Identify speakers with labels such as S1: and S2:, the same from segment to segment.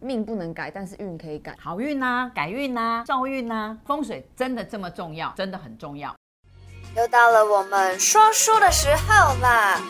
S1: 命不能改，但是运可以改。
S2: 好运呐、改运呐、兆运呐、风水真的这么重要？真的很重要。
S3: 又到了我们说书的时候啦！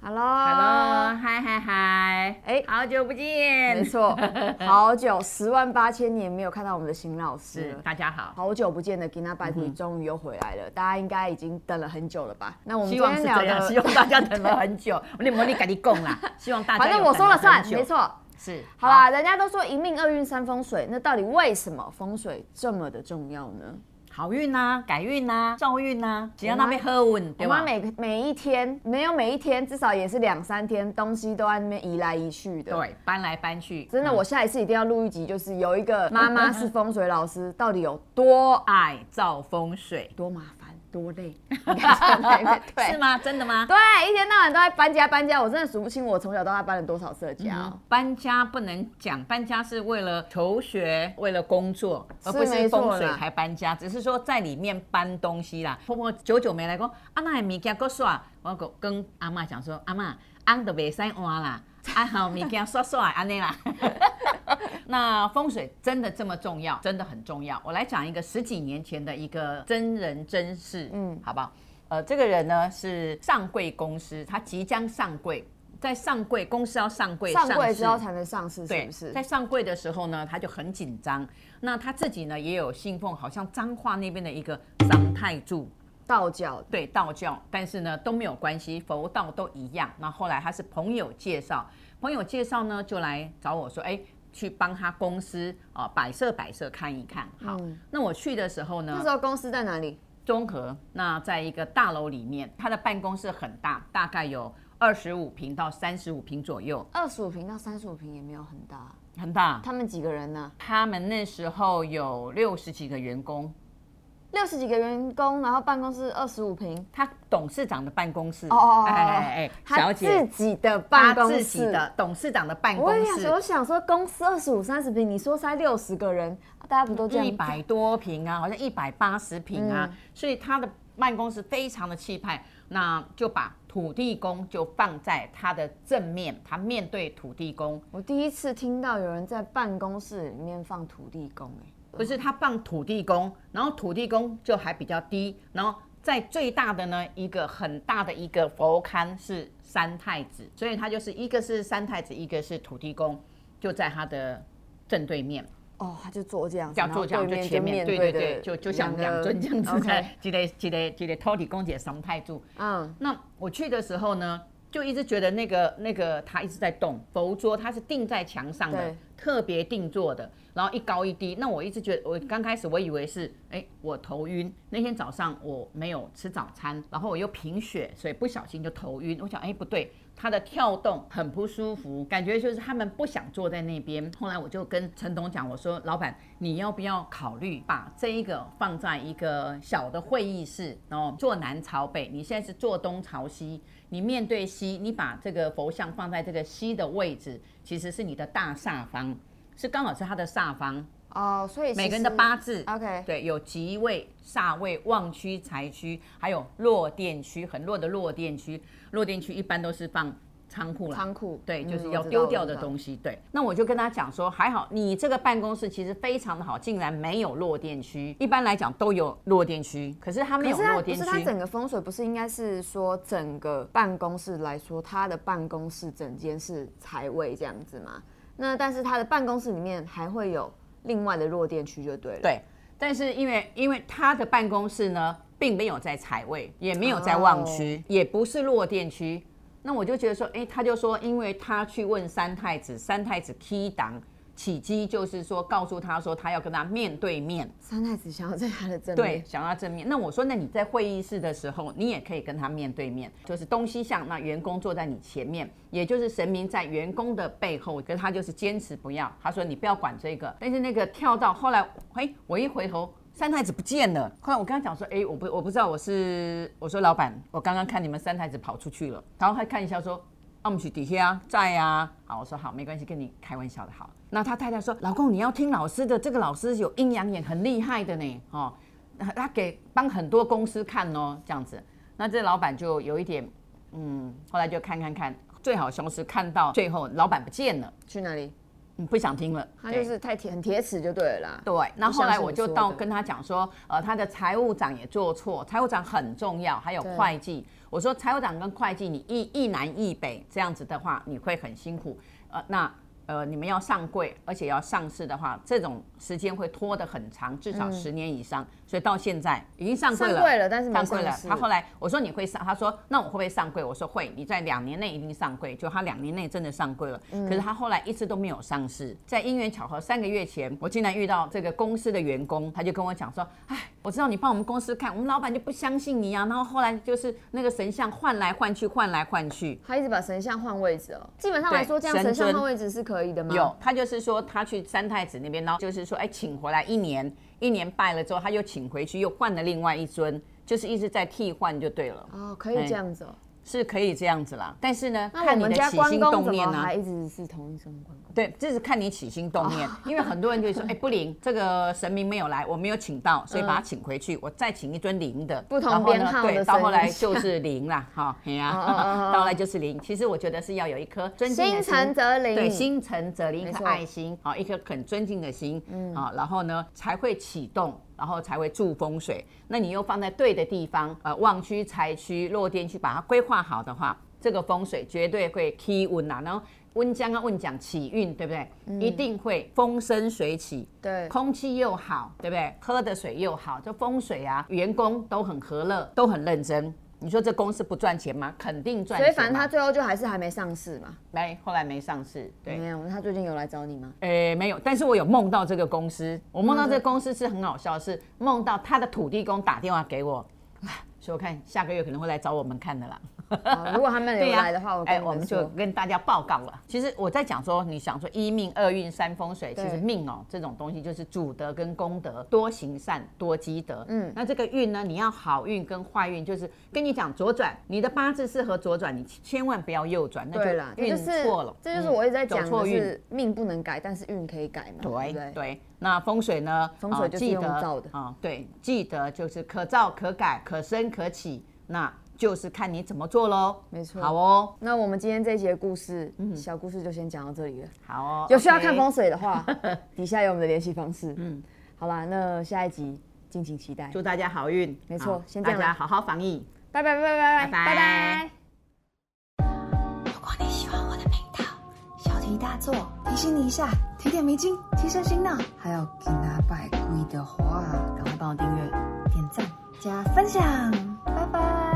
S1: Hello，
S2: Hello，嗨嗨嗨，
S1: 哎
S2: 好久不见，
S1: 没错，好久十万八千年没有看到我们的邢老师
S2: 是嗯
S1: 了。
S2: 大家好，
S1: 好久不见的吉娜拜蒂终于又回来了，大家应该已经等了很久了吧？那我们今
S2: 希望
S1: 天
S2: 是
S1: 聊
S2: 这样，希
S1: 的，
S2: 望大家等了很久，我的魔力赶紧供 啦，希望大家
S1: 反正
S2: 有
S1: 我
S2: 等
S1: 说了算，
S2: 很久
S1: 没，错。
S2: 是
S1: 好啦，人家都说一命二运三风水，那到底为什么风水这么的重要呢？
S2: 好运呐、改运呐、兆运呐、只要
S1: 我妈
S2: 那边喝稳，
S1: 我
S2: 对
S1: 妈
S2: 吧？
S1: 每每一天没有每一天，至少也是两三天，东西都在那边移来移去的。，
S2: 对，嗯搬来搬去，
S1: 真的，我下一次一定要录一集，就是有一个妈妈是风水老师，到底有多
S2: 爱造风 水，
S1: 多麻烦、多累？你看在 那边
S2: 是？吗？真的吗？
S1: 对，一天到晚都在搬家搬家，我真的数不清我从小到大搬了多少次的家哦、
S2: 搬家不能讲，搬家是为了求学，为了工作，而不
S1: 没
S2: 是
S1: 错
S2: 风水
S1: 啦
S2: 才搬家。只是说在里面搬东西啦。婆婆久久没来过，啊，那物件够刷，我跟跟阿嬷讲说，阿嬷，安都袂使换啦，啊好，物件刷刷安尼啦。 那风水真的这么重要？真的很重要。我来讲一个十几年前的一个真人真事，
S1: 嗯
S2: 嗯，好不好？呃，这个人呢是上柜公司，他即将上柜，在上柜公司要上柜
S1: 上柜
S2: 市
S1: 之后才能上市，是
S2: 对
S1: 不，是
S2: 在？上柜的时候呢，他就很紧张。那他自己呢也有信奉，好像彰化那边的一个长泰柱，
S1: 道教
S2: 对道教，但是呢都没有关系，佛道都一样。那后来他是朋友介绍，朋友介绍呢就来找我说，哎，去帮他公司啊、呃摆设摆设看一看。好，
S1: 嗯
S2: 那我去的时候呢
S1: 那，时候公司在哪里？
S2: 综合那在一个大楼里面，他的办公室很大，大概有二十五平到三十五平左右，
S1: 二十五平到三十五平也没有很大，
S2: 很大。
S1: 他们几个人呢、
S2: 他们那时候有六十几个员工，
S1: 六十几个员工，然后办公室二十五平。
S2: 他董事长的办公室，
S1: 哦哦哦，
S2: 哎哎哎，
S1: 他
S2: 小
S1: 自
S2: 姐，
S1: 己的
S2: 他
S1: 办公室
S2: 自己的董事长的办
S1: 我
S2: 公
S1: 也
S2: 室
S1: 想，我想说，公司二十五、三十平，你说塞六十个人，啊大家不都这样？嗯
S2: 一百多平啊，好像一百八十平啊，所以他的办公室非常的气派。那就把土地公就放在他的正面，他面对土地公，
S1: 我第一次听到有人在办公室里面放土地公、欸
S2: 不是他放土地公，然后土地公就还比较低，然后在最大的呢一个很大的一个佛龛是三太子，所以他就是一个是三太子，一个是土地公，就在他的正对面，
S1: 哎，哦，他就坐这样子，
S2: 叫做这样
S1: 然后
S2: 就
S1: 对面
S2: 前面，对
S1: 对
S2: 对对，就就像两尊这样子在，记得记得记得托地公姐三太柱。
S1: 嗯，
S2: 那我去的时候呢，就一直觉得那个那个它一直在动，佛桌它是定在墙上的
S1: 对，
S2: 特别定做的，然后一高一低。那我一直觉得，我刚开始我以为是，哎，我头晕。那天早上我没有吃早餐，然后我又贫血，所以不小心就头晕。我想，哎，不对。它的跳动很不舒服，感觉就是他们不想坐在那边。后来我就跟陈董讲，我说：“老板，你要不要考虑把这一个放在一个小的会议室，然后坐南朝北，你现在是坐东朝西，你面对西，你把这个佛像放在这个西的位置，其实是你的大煞方，是刚好是它的煞方，
S1: 哦，所以
S2: 每个人的八字。
S1: ，OK，
S2: 对，有吉位、煞位、旺区、财区，还有弱电区，很弱的弱电区。弱电区一般都是放仓库啦，
S1: 仓库，
S2: 对，
S1: 嗯
S2: 就是要丢掉的
S1: 我知道
S2: 东西。对，那我就跟他讲说，还好你这个办公室其实非常的好，竟然没有落电区。一般来讲都有落电区，可是他没
S1: 可
S2: 有
S1: 是它
S2: 落
S1: 不
S2: 电
S1: 是它
S2: 区。
S1: 整个风水，不是应该是说整个办公室来说，它的办公室整间是财位这样子吗？那但是它的办公室里面还会有另外的弱电区就对了。
S2: 对，但是因为因为他的办公室呢，并没有在财位，也没有在旺
S1: 哦
S2: 区，也不是落电区。那我就觉得说，哎、他就说，因为他去问三太子，三太子 key 档起机，就是说告诉他说，他要跟他面对面。
S1: 三太子想要在它的正
S2: 对
S1: 面，，
S2: 想要正面。那我说，那你在会议室的时候，你也可以跟他面对面，就是东西向，那员工坐在你前面，也就是神明在员工的背后，可是他就是坚持不要。他说你不要管这个，但是那个跳到后来，嘿，我一回头。三太子不见了。后来我跟他讲说，哎、我不我不知道我是，我说老板，我刚刚看你们三太子跑出去了。然后他看一下说，啊，我们去底下啊，在啊。好，我说好，没关系，跟你开玩笑的。好，那他太太说，老公你要听老师的，这个老师有阴阳眼，很厉害的呢，哦，他给帮很多公司看哦，这样子。那这老板就有一点嗯，后来就看看看，最好凶是看到最后老板不见了，
S1: 去哪里？
S2: 嗯，不想听了，
S1: 他
S2: 对
S1: 就是太铁很铁齿就对了啦。
S2: 对，那
S1: 就
S2: 后
S1: 像
S2: 来
S1: 是
S2: 我
S1: 你
S2: 就
S1: 说
S2: 到
S1: 的
S2: 跟他讲说，呃，他的财务长也做错，财务长很重要，还有
S1: 对
S2: 会计。我说财务长跟会计，你一一南一北这样子的话，你会很辛苦。呃，那呃，你们要上柜，而且要上市的话，这种时间会拖得很长，至
S1: 嗯
S2: 少十年以上。所以到现在已经上柜了，
S1: 上柜了但是没
S2: 上柜了
S1: 上。市
S2: 他后来我说你会上，他说那我会不会上柜？我说会，你在两年内一定上柜。就他两年内真的上柜了，
S1: 嗯
S2: 可是他后来一直都没有上市。在因缘巧合，三个月前我竟然遇到这个公司的员工，他就跟我讲说，哎，我知道你帮我们公司看，我们老板就不相信你啊。然后后来就是那个神像换来换去，换来换去。
S1: 他一直把神像换位置哦。基本上来
S2: 对
S1: 说，这样
S2: 神
S1: 神像
S2: 尊
S1: 换位置是可以的吗？
S2: 有，他就是说他去三太子那边，然后就是说，哎，请回来一年，一年拜了之后，他又请回去，又换了另外一尊，就是一直在替换就对了。
S1: 哦，可以
S2: 哎
S1: 这样子哦。
S2: 是可以这样子啦，但是呢，
S1: 那我
S2: 看你
S1: 们
S2: 的
S1: 家
S2: 起
S1: 关
S2: 心
S1: 公
S2: 动
S1: 怎
S2: 念
S1: 么
S2: 啊
S1: 还，一直是同一尊关公？
S2: 对，这是看你起心动
S1: 哦
S2: 念，因为很多人就 会说，哎、不灵，这个神明没有来，我没有请到，所以把他请回去，我再请一尊灵的，
S1: 嗯不同
S2: 然后呢
S1: 编号的
S2: 对，到后来
S1: 神明
S2: 就是灵啦，哈，哎呀、
S1: 哦哦哦
S2: 到后来就是灵。其实我觉得是要有一颗尊敬
S1: 心
S2: 的心
S1: 诚则灵。
S2: 对，心诚则灵，
S1: 嗯
S2: 一
S1: 没
S2: 颗
S1: 错
S2: 爱心，好，一颗很尊敬的心，嗯，好，然后呢才会启动，然后才会助风水。那你又放在对的地方，呃，旺区、财区、落店区，把它规划好的话，这个风水绝对会 key 运啊，然后温江啊，温讲起运，对不对？一定会风生水起，
S1: 嗯对
S2: 空气又好，对不对？喝的水又好，这风水啊，员工都很和乐，都很认真。你说这公司不赚钱吗？肯定赚
S1: 所
S2: 钱
S1: 以
S2: 嘛。
S1: 反正他最后就还是还没上市嘛。
S2: 没，后来没上市，对。
S1: 没有，他最近有来找你吗？
S2: 诶，没有，但是我有梦到这个公司，我梦到这个
S1: 嗯
S2: 公司是很好笑，是梦到他的土地公打电话给我，啊所以我看下个月可能会来找我们看的啦。
S1: 哦如果他们有
S2: 呀
S1: 来的话，我
S2: 哎
S1: 跟你
S2: 我们
S1: 们
S2: 就
S1: 说。
S2: 跟大家报告了。其实我在讲说，你想说一命、二运、三风水，其
S1: 对
S2: 实命哦这种东西就是主德跟功德，多行善，多积德。嗯
S1: 嗯，
S2: 那这个运呢，你要好运跟坏运，就是跟你讲左转，你的八字适合左转，你千万不要右转，那
S1: 对
S2: 就
S1: 啦，这
S2: 运
S1: 就是
S2: 错了。
S1: 这就是
S2: 嗯
S1: 我一直在
S2: 走
S1: 讲
S2: 错
S1: 的
S2: 运
S1: 是命不能改，但是运可以改嘛，对
S2: 对
S1: 不对？
S2: 对，那风水呢？
S1: 风水
S2: 啊
S1: 就是
S2: 记
S1: 用
S2: 得
S1: 造的
S2: 啊、对，记得就是可造可改，可升可起，那就是看你怎么做喽。
S1: 没错
S2: 好哦，
S1: 那我们今天这一节故事，小故事就先讲到这里了。
S2: 好哦，
S1: 有需要
S2: 嗯 OK
S1: 看风水的 话，底下有我们的联系方式。嗯，好啦，那下一集敬请期待。
S2: 祝大家好运。
S1: 没错
S2: 好
S1: 先这
S2: 大
S1: 样
S2: 家
S1: 啦
S2: 好好防疫。
S1: 拜拜拜拜
S2: 拜
S1: 拜
S2: 拜
S1: 拜拜。
S4: 如果你喜欢我的频道，小题大做，提醒你一下，提点迷津，提升醒脑。还有给拿百贵的话，赶快帮我订阅、点赞、加分享，拜拜。